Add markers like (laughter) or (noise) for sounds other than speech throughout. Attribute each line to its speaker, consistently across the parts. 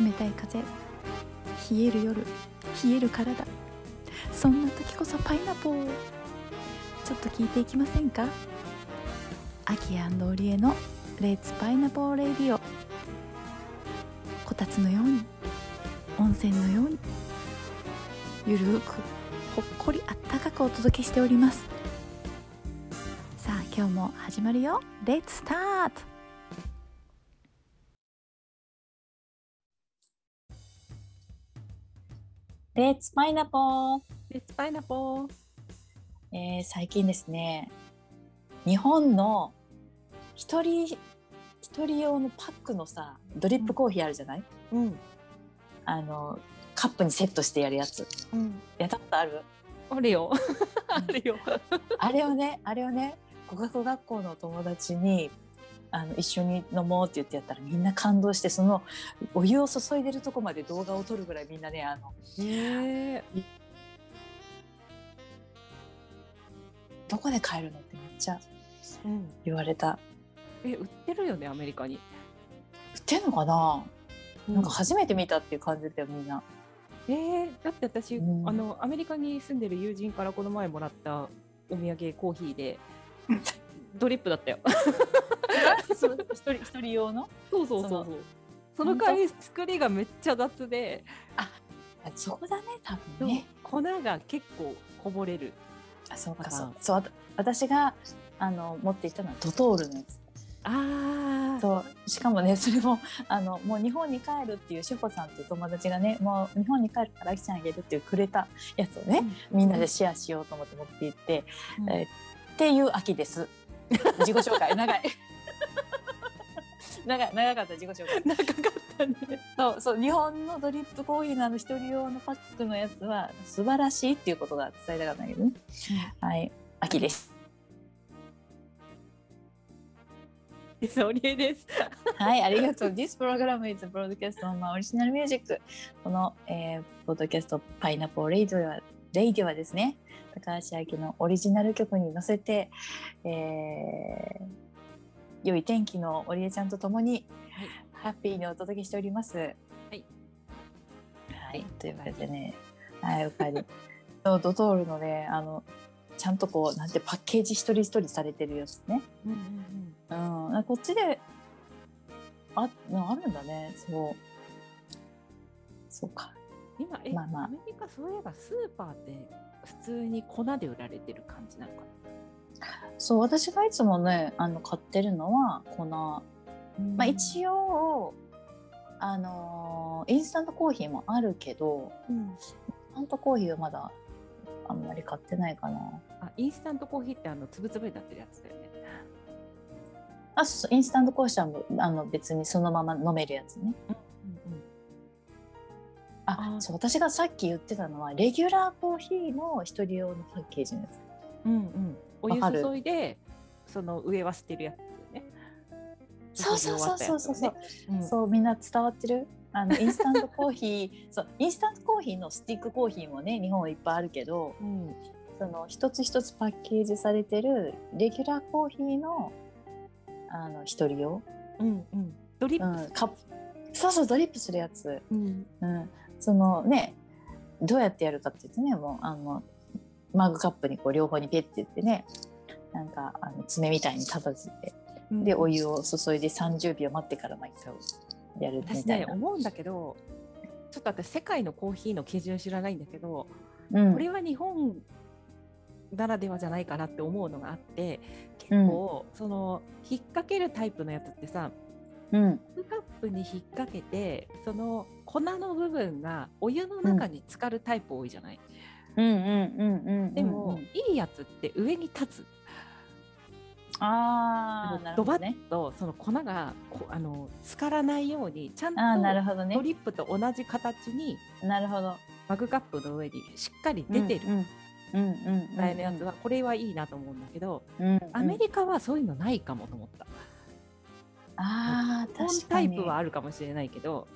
Speaker 1: 冷たい風冷える夜冷える体そんな時こそパイナポーちょっと聞いていきませんかアキオリエの「レッツパイナポーレディオ」こたつのように温泉のようにゆるーくほっこりあったかくお届けしておりますさあ今日も始まるよレッツスタート
Speaker 2: レッツパイナポー、
Speaker 3: レッツパイナポー。
Speaker 2: えー最近ですね日本の一人一人用のパックのさドリップコーヒーあるじゃない、
Speaker 3: うん。
Speaker 2: あのカップにセットしてやるやつ
Speaker 3: うん。
Speaker 2: やったことある
Speaker 3: あるよ。あるよ。
Speaker 2: あれをねあれをね語学学校の友達にあの一緒に飲もうって言ってやったらみんな感動してそのお湯を注いでるとこまで動画を撮るぐらいみんなねあの
Speaker 3: ねえ。
Speaker 2: どこで買えるのってめっちゃ
Speaker 3: うん。
Speaker 2: 言われた
Speaker 3: え、売ってるよね、アメリカに。
Speaker 2: 売ってんのかな、
Speaker 3: な
Speaker 2: なんか初めて見たっていう感じだよみんな。
Speaker 3: えーだって私、
Speaker 2: うん
Speaker 3: あのアメリカに住んでる友人からこの前もらったお土産コーヒ
Speaker 2: (laughs)
Speaker 3: ーで。ドリップだったよ。
Speaker 2: (laughs) その一人一人用の
Speaker 3: そうそうそうそう。その代わり作りがめっちゃ雑で、
Speaker 2: あそこだね多分ね。
Speaker 3: 粉が結構こぼれる。
Speaker 2: あそう
Speaker 3: だ
Speaker 2: か
Speaker 3: から
Speaker 2: そうそうわた私があの持っていたのはドトールのやつ。
Speaker 3: ああ。
Speaker 2: そうしかもねそれもあのもう日本に帰るっていう志保さんっていう友達がねもう日本に帰るからあきちゃんあげるっていうくれたやつをね、みんなで
Speaker 3: (laughs)
Speaker 2: シェアしようと思って持って行って、
Speaker 3: うん
Speaker 2: えーっていう秋です。自己紹介長い。 (laughs) 長い長かった自己紹介。
Speaker 3: 長かったね。
Speaker 2: そうそう日本のドリップコーヒーのあの一人用のパックのやつは素晴らしいっていうことが伝えたかったんだけどね。はい秋です。
Speaker 3: です、おりえです。。
Speaker 2: はいありがとう。This program is broadcast on my original music。この、えー、ポッドキャストパイナポーレイディはレイディはですね高橋明のオリジナル曲に乗せて、えー、良い天気の織江ちゃんとともに、ハッピーにお届けしております。はいはい、というわけでね、はい、おか (laughs) えり。そうドトールのね、あの、ちゃんとこう、なんてパッケージ一人一人されてるやつね。
Speaker 3: うんうん
Speaker 2: うん、あこっちで、あ、なあるんだね、そう。そうか。
Speaker 3: うん。今、え、
Speaker 2: まあまあ
Speaker 3: アメリカそういえばスーパーって普通に粉で売られてる感じなのか
Speaker 2: そう、私がいつもね、あの、買ってるのは、粉。ま
Speaker 3: な。
Speaker 2: あ、一応、あのーインスタントコーヒーもあるけど、
Speaker 3: 応、
Speaker 2: インスタントコーヒーはまだあんまり買ってないかな。
Speaker 3: あ、インスタントコーヒーってあのつぶつぶになってるやつだよね。
Speaker 2: あ、そうそう、インスタントコーヒーはもうあの別にそのまま飲めるやつね。
Speaker 3: うんうん。
Speaker 2: あ、
Speaker 3: あ
Speaker 2: そう、私がさっき言ってたのは、レギュラーコーヒーの一人用のパッケージのやつ。
Speaker 3: うんうん。お湯
Speaker 2: わかる
Speaker 3: 注いで、その上は捨てるやつだよね。
Speaker 2: そうそうそうそうそうそう、
Speaker 3: うん
Speaker 2: そう、みんな伝わってる。あ (laughs) のインスタントコーヒーそうインスタントコーヒーのスティックコーヒーもね日本はいっぱいあるけど
Speaker 3: うん。
Speaker 2: その一つ一つパッケージされてるレギュラーコーヒーのあの一人用、
Speaker 3: うんうん。ドリ
Speaker 2: う
Speaker 3: ッ
Speaker 2: ん、
Speaker 3: プ
Speaker 2: カップそうそうドリップするやつ、
Speaker 3: ス。うん。
Speaker 2: うん、そのねどうやってやるかって言ってねもうあのマグカップにこう両方にペッて言ってねなんかあの爪みたいに立たせてでお湯を注いで30秒待ってから毎回やるみ
Speaker 3: 私
Speaker 2: たい
Speaker 3: ね
Speaker 2: な、
Speaker 3: 思うんだけど、ちょっと私世界のコーヒーの基準知らないんだけど、
Speaker 2: うん
Speaker 3: これは日本ならではじゃないかなって思うのがあって結構、その引っ掛けるタイプのやつってさ
Speaker 2: うん
Speaker 3: マグカップに引っ掛けてその粉の部分がお湯の中に浸かるタイプ多いじゃない、
Speaker 2: うんうんうんうん
Speaker 3: でも、いいやつって上に立つ
Speaker 2: ああなる
Speaker 3: ド
Speaker 2: ほ
Speaker 3: バ
Speaker 2: ど
Speaker 3: ッ
Speaker 2: ね
Speaker 3: とその粉がこあの浸からないようにちゃん
Speaker 2: ああなる
Speaker 3: と
Speaker 2: ほどね
Speaker 3: ドリップと同じ形に
Speaker 2: なるほど
Speaker 3: マグカップの上にしっかり出てる
Speaker 2: うんうんうんうん
Speaker 3: ぐらいのやつはこれはいいなと思うんだけど
Speaker 2: うんうん
Speaker 3: アメリカはそういうのないかもと思った。
Speaker 2: あー
Speaker 3: コーン
Speaker 2: 確
Speaker 3: タ
Speaker 2: か
Speaker 3: イ
Speaker 2: に
Speaker 3: プはあるかもしれないけど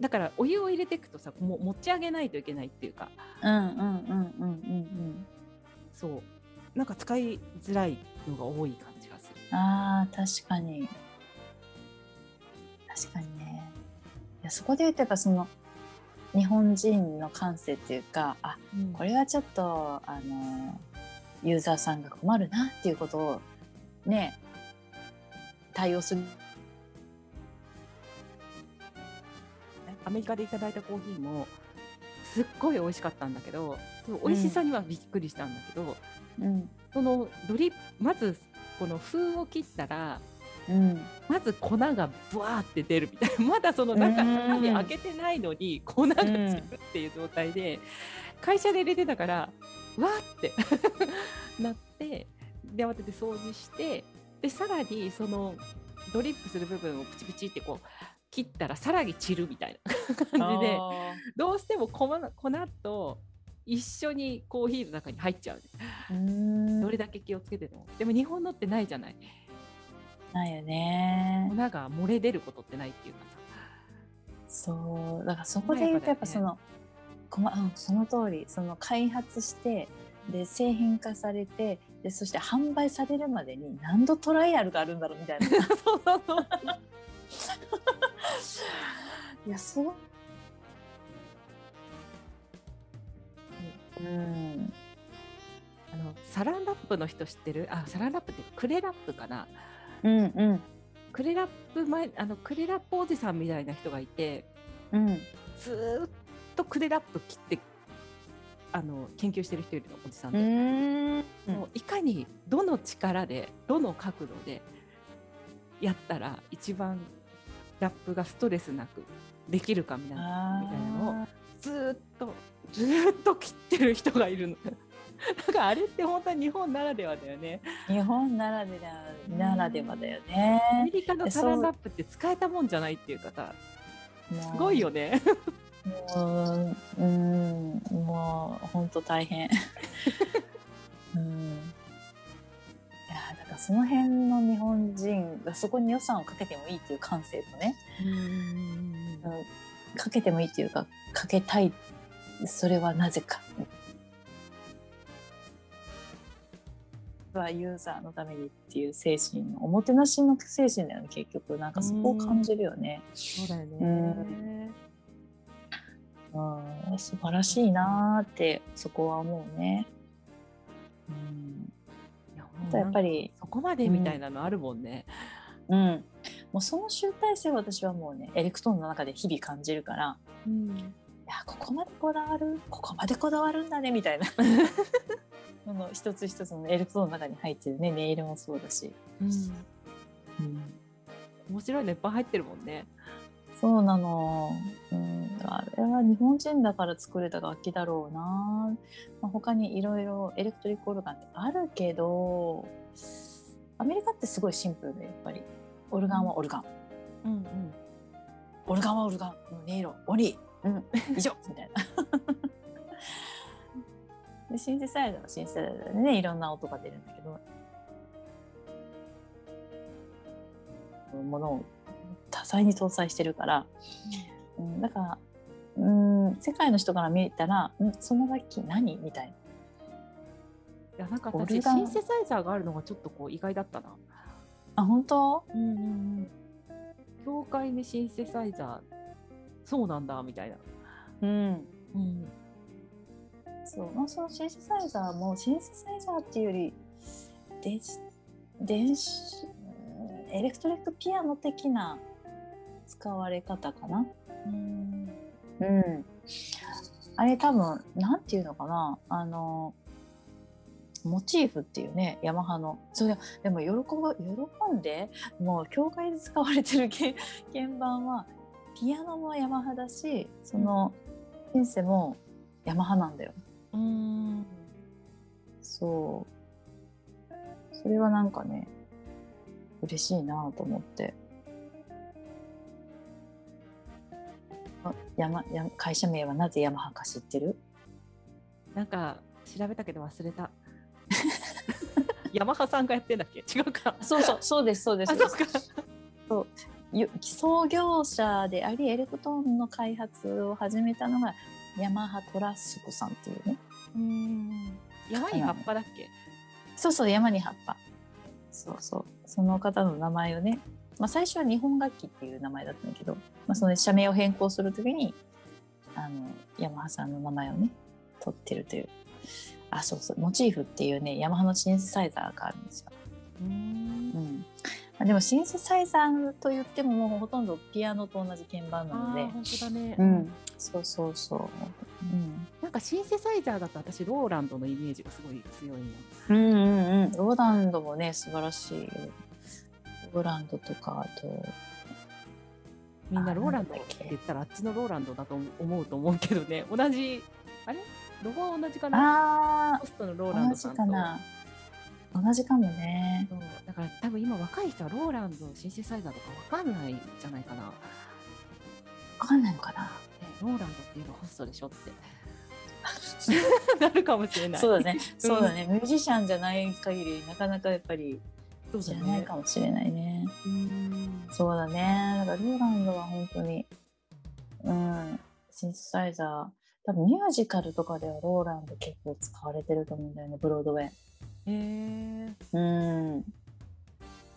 Speaker 3: だからお湯を入れていくとさもう持ち上げないといけないっていうか
Speaker 2: うんうんうんうんうん
Speaker 3: そうなんか使いづらいのが多い感じがする
Speaker 2: うんあー確かに確かにねいやそこで言うとやっぱその日本人の感性っていうかあ
Speaker 3: うん
Speaker 2: これはちょっとあのユーザーさんが困るなっていうことをね対応する
Speaker 3: アメリカでいただいたコーヒーもすっごい美味しかったんだけどでも美味しさにはびっくりしたんだけど、
Speaker 2: うん
Speaker 3: そのドリまずこの封を切ったら
Speaker 2: うん
Speaker 3: まず粉がブワーって出るみたいなまだその中
Speaker 2: うん
Speaker 3: 中身開けてないのに粉がつくっていう状態で、会社で入れてたからわーってなって (laughs) で慌てて掃除してでさらにそのドリップする部分をプチプチってこう切ったらさらに散るみたいな (laughs) 感じでどうしても粉粉と一緒にコーヒーの中に入っちゃう
Speaker 2: うん
Speaker 3: どれだけ気をつけててもでも日本のってないじゃない
Speaker 2: ないよね
Speaker 3: 粉が漏れ出ることってないっていうかさ
Speaker 2: そうだからそこで言うとやっぱその、こまうん、その通りその開発してで製品化されてでそして販売されるまでに何度トライアルがあるんだろうみたいな
Speaker 3: (laughs) そうそうそう
Speaker 2: (laughs) いやそううん
Speaker 3: あのサランラップの人知ってるあサランラップってクレラップかな
Speaker 2: うんうん
Speaker 3: クレラップ前あのクレラップおじさんみたいな人がいて
Speaker 2: うん
Speaker 3: ずーっとクレラップ切ってあの研究してる人いるのおじさんで、
Speaker 2: うん
Speaker 3: もういかにどの力でどの角度でやったら一番ラップがストレスなくできるかみたいな
Speaker 2: あ
Speaker 3: みたいなのをずーっとずーっと切ってる人がいるの (laughs) だからあれって本当は日本ならではだよね
Speaker 2: ー日本ならではならではだよね
Speaker 3: アメリカの
Speaker 2: え
Speaker 3: サラ
Speaker 2: そ
Speaker 3: ン
Speaker 2: う
Speaker 3: ラップって使えたもんじゃないっていうかさ
Speaker 2: す
Speaker 3: すごいよね
Speaker 2: もう、うん、もう、本当大変。うん。いや、だから、その辺の日本人がそこに予算をかけてもいいっていう感性とね。うんかけてもいいっていうか、かけたい。それはなぜか。はユーザーのためにっていう精神のおもてなしの精神だよね結局なんかそこを感じるよね、
Speaker 3: そうだよね
Speaker 2: うんうん、素晴らしいなーってそこは思うね。うん、
Speaker 3: いや
Speaker 2: あ
Speaker 3: も
Speaker 2: と
Speaker 3: う
Speaker 2: や
Speaker 3: や
Speaker 2: っ
Speaker 3: っ
Speaker 2: ぱ
Speaker 3: ぱり
Speaker 2: り、
Speaker 3: そこまでみたいなのあるもんね、
Speaker 2: うん、もうその集大成を私はもうねエレクトーンの中で日々感じるからいやここまでこだわるここまでこだわるんだねみたいな (laughs) その一つ一つのエレクトーンの中に入ってるねネイルもそうだし、うん、
Speaker 3: 面白いのいっぱい入ってるもんね
Speaker 2: そうなの、うん、あれは日本人だから作れた楽器だろうな、まあ、他にいろいろエレクトリックオルガンってあるけどアメリカってすごいシンプルでやっぱりオルガンはオルガン
Speaker 3: うんうん
Speaker 2: オルガンはオルガンの音色鬼、うん、以上みたいな。 (laughs) でシンセサイザーはシンセサイザーでねいろんな音が出るんだけどものを多彩に搭載してるから、うん、だから、うん、世界の人から見たら「うんその楽器何?」みたいな。
Speaker 3: いやなんか
Speaker 2: オ
Speaker 3: 私
Speaker 2: ルガ
Speaker 3: シ
Speaker 2: ン
Speaker 3: ンセサイザーがあるのがちょっとこう意外だったな
Speaker 2: あ本当
Speaker 3: うんうんうん教会にシンセサイザーそうなんだみたいな、
Speaker 2: うん
Speaker 3: うん、
Speaker 2: そう、まあ、そのシンセサイザーもシンセサイザーっていうより電子電子うんエレクトリックピアノ的な使われ方かな。うん、あれ多分なんていうのかなあのモチーフっていうねヤマハのそれでも喜ば喜んでもう教会で使われてる鍵鍵盤はピアノもヤマハだしそのシンセもヤマハなんだよ。
Speaker 3: うん
Speaker 2: そう。それはなんかね、嬉しいなと思って。あ山山会社名はなぜヤマハか知ってる
Speaker 3: なんか調べたけど忘れた (laughs) ヤマハさんがやってんだっけ違うか
Speaker 2: そうそう、そうです、そうで
Speaker 3: あそうか
Speaker 2: よ創業者であり、エレクトーンの開発を始めたのが、ヤマハトラスコさんっていうね。
Speaker 3: うん山に葉っぱだっけ
Speaker 2: そうそう、山に葉っぱ。そうそう。その方の名前をね、まあ、最初は日本楽器っていう名前だったんだけど、まあ、その社名を変更するときにあのヤマハさんの名前をね取ってるというあそうそうモチーフっていうねヤマハのシンセサイザーがあるんですよ。
Speaker 3: うん
Speaker 2: うんまあでもシンセサイザーと言ってももうほとんどピアノと同じ鍵盤な
Speaker 3: あ
Speaker 2: ので
Speaker 3: ー本当だね、
Speaker 2: うん、そうそうそう、うん、
Speaker 3: なんかシンセサイザーだと私ローランドのイメージがすごい強いな
Speaker 2: うんうんうんローランドもね素晴らしいローランドとかあと
Speaker 3: みんな
Speaker 2: あー
Speaker 3: ローランド
Speaker 2: なんだ
Speaker 3: っ
Speaker 2: っけ
Speaker 3: て言ったらあっちのローランドだと思うと思うけどね同じあれロゴは同じかな
Speaker 2: あ
Speaker 3: ホストのローラ
Speaker 2: 同
Speaker 3: ンド
Speaker 2: じ
Speaker 3: さんと
Speaker 2: かな同じかもね
Speaker 3: そうだから多分今若い人はローランドシンセサイザーとかわかんないんじゃないかな、ね、
Speaker 2: わかんないのかな
Speaker 3: ローランドっていうのはホストでしょって (laughs) なるかもしれない
Speaker 2: そうだね、
Speaker 3: ん
Speaker 2: (laughs) そうだね、ミュージシャンじゃない限り、なかなかやっぱり
Speaker 3: そう
Speaker 2: 知
Speaker 3: だ
Speaker 2: ら
Speaker 3: ね
Speaker 2: ないかもしれないね。
Speaker 3: うん
Speaker 2: そうだね、だからローランドは本当に、うん、シンセサイザー、多分ミュージカルとかではローランド結構使われてると思うんだよね、ブロードウェイ。
Speaker 3: へー
Speaker 2: うん。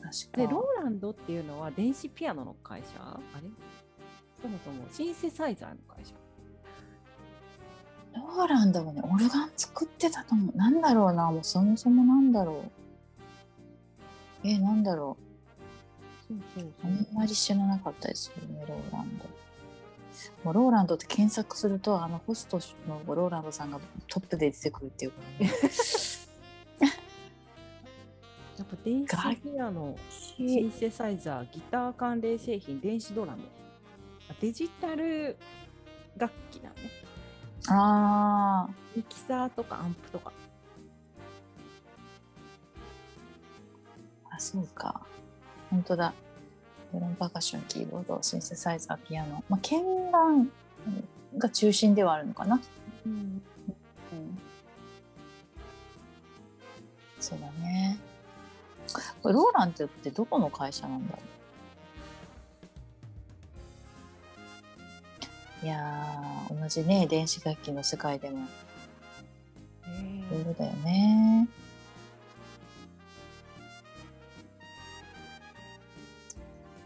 Speaker 2: 確か
Speaker 3: でローランドっていうのは電子ピアノの会社あれそもそもシンセサイザーの会社
Speaker 2: ローランドもね、オルガン作ってたと思う。なんだろうな、もうそもそもなんだろう。え、なんだろう。
Speaker 3: そうそう
Speaker 2: あんまり知らなかったですよね、ローランド。もうローランドって検索すると、あのホストのローランドさんがトップで出てくるっていう。
Speaker 3: やっぱ電子ピアノシンセサイザー、ギター関連製品、電子ドラム。あデジタル楽器だね。
Speaker 2: ああ、
Speaker 3: ミキサーとかアンプとか。
Speaker 2: あ、そうか。本当だ。ドラムパーカッション、キーボード、シンセサイザー、ピアノ。まあ、鍵盤が中心ではあるのかな。
Speaker 3: うん、
Speaker 2: うんそうだね。これローランドってどこの会社なんだろういやー同じね電子楽器の世界でもいろいろだよね。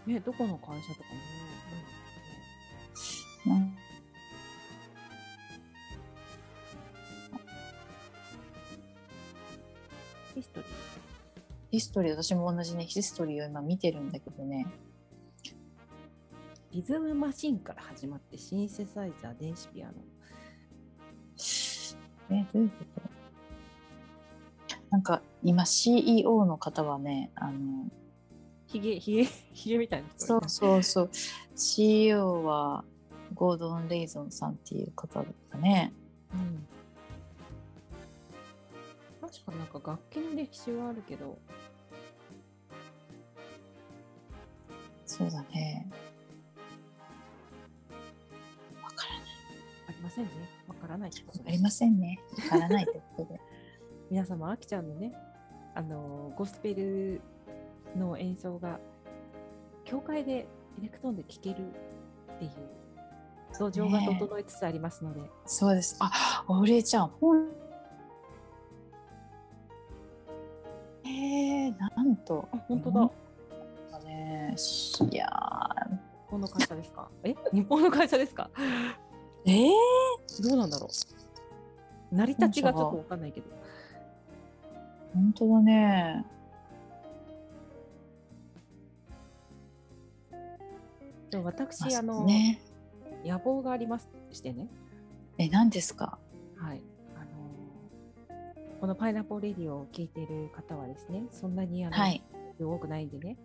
Speaker 3: ね、どこの会社とかもね。
Speaker 2: なん
Speaker 3: ヒストリー。
Speaker 2: ヒストリー私も同じねヒストリーを今見てるんだけどね。
Speaker 3: リズムマシンから始まって、シンセサイザー、電子ピアノ。
Speaker 2: ねどういうことなんか今 CEO の方はねあの
Speaker 3: ヒゲ、 (laughs) ヒゲ、ヒゲみたいな人
Speaker 2: そ
Speaker 3: がいうた。
Speaker 2: そうそう。CEO はゴードン・レイゾンさんっていう方だったね。
Speaker 3: うん確かなんか楽器の歴史はあるけど、
Speaker 2: そうだね。わからない。
Speaker 3: ありませんね。わからないってこ
Speaker 2: わ
Speaker 3: とで
Speaker 2: か
Speaker 3: す
Speaker 2: りませんね。わからないってことで。 (laughs)
Speaker 3: 皆様、あきちゃんのね、あのゴスペルの演奏が、教会でエレクトーンで聴けるっていう、土壌が整いつつありますので、
Speaker 2: そうです。あ、お礼ちゃん、本。えー、なんと。
Speaker 3: あ本当だ、
Speaker 2: だね。いや
Speaker 3: 日本の会社ですか。え日本の会社ですか
Speaker 2: ー。えー、
Speaker 3: どうなんだろう。成り立ちがちょっとわかんないけど。
Speaker 2: 本当だね。
Speaker 3: でも私、
Speaker 2: ま
Speaker 3: あの、
Speaker 2: ね。
Speaker 3: 野望がありますしてね、
Speaker 2: え、何ですか。
Speaker 3: はい。あのこのパイナップルレディオを聞いている方はですね、そんなにあの、
Speaker 2: はい。
Speaker 3: 多くないんでね、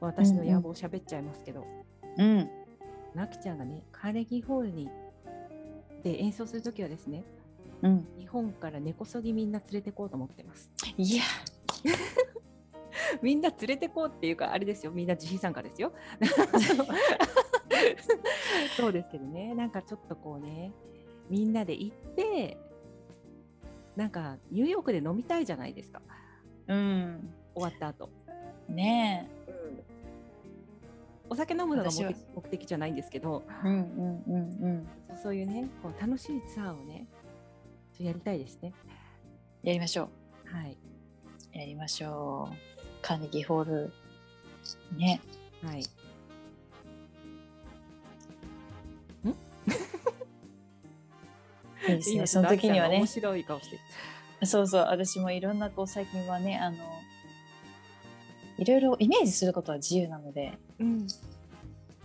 Speaker 3: 私の野望喋っちゃいますけど、
Speaker 2: うん。
Speaker 3: なきちゃんがね、カーネギーホールにで演奏するときはですね、
Speaker 2: うん。
Speaker 3: 日本から根こそぎみんな連れてこうと思ってます。
Speaker 2: いや。
Speaker 3: みんな連れてこうっていうか、あれですよ、みんな自費参加ですよ。 (laughs) そうですけどね、なんかちょっとこうね、みんなで行って、なんかニューヨークで飲みたいじゃないですか、
Speaker 2: うん。
Speaker 3: 終わった後。
Speaker 2: ねえ。
Speaker 3: お酒飲むのが
Speaker 2: 私は
Speaker 3: 目的目的じゃないんですけど、
Speaker 2: うんうんうんうん。
Speaker 3: そうそういうね、こう楽しいツアーをね、ちょっとやりたいですね。
Speaker 2: やりましょ
Speaker 3: はい。
Speaker 2: う。やりましょう。カーネギーホール。ね。
Speaker 3: はい。
Speaker 2: いいですね。その時にはね
Speaker 3: 面、白い顔してる。
Speaker 2: そうそう、私もいろんなこう最近はね、あの、いろいろイメージすることは自由なので、
Speaker 3: うん。
Speaker 2: い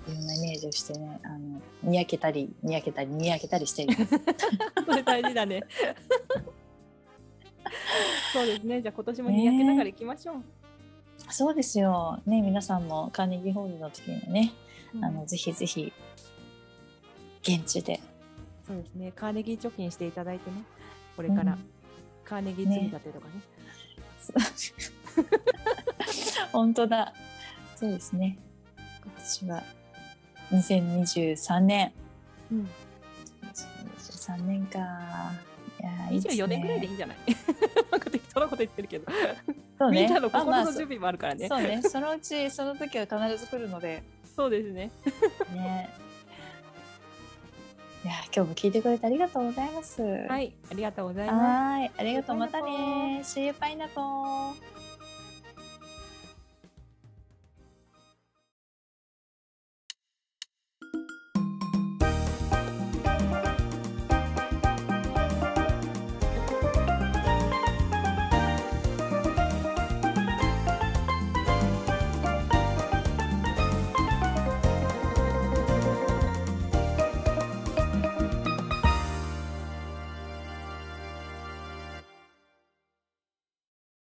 Speaker 2: ろんなイメージをしてね、あの、にやけたり、にやけたり、にやけたりして (laughs) る。
Speaker 3: それ大事だ (laughs) ね。そうですね。じゃあ今年もにやけながら行きましょう。
Speaker 2: そうですよ。ね、皆さんもカーネギーホールの時にはね、
Speaker 3: うん
Speaker 2: あの、ぜひぜひ、現地で。
Speaker 3: そうですね。カーネギー貯金していただいてね。これから、
Speaker 2: うん
Speaker 3: カーネギー積み立てとかね。
Speaker 2: そう (laughs) 本当だ。そうですね。今年は2023年。
Speaker 3: うん。
Speaker 2: 2023年か。いやーいいですね。
Speaker 3: 24年ぐらいでいいんじゃない？ (laughs) なんか適当なこと言ってるけど、
Speaker 2: そうね
Speaker 3: みんなの
Speaker 2: まあま
Speaker 3: 心
Speaker 2: あ
Speaker 3: の準備もあるからね。
Speaker 2: そうね、そのうちその時は必ず来るので、
Speaker 3: そうですね。
Speaker 2: ね。いや、今日も聞いてくれてありがとうございます。。
Speaker 3: はいい、ありがとうございます。
Speaker 2: はーい、ありがとう。またね。See you, pineapple.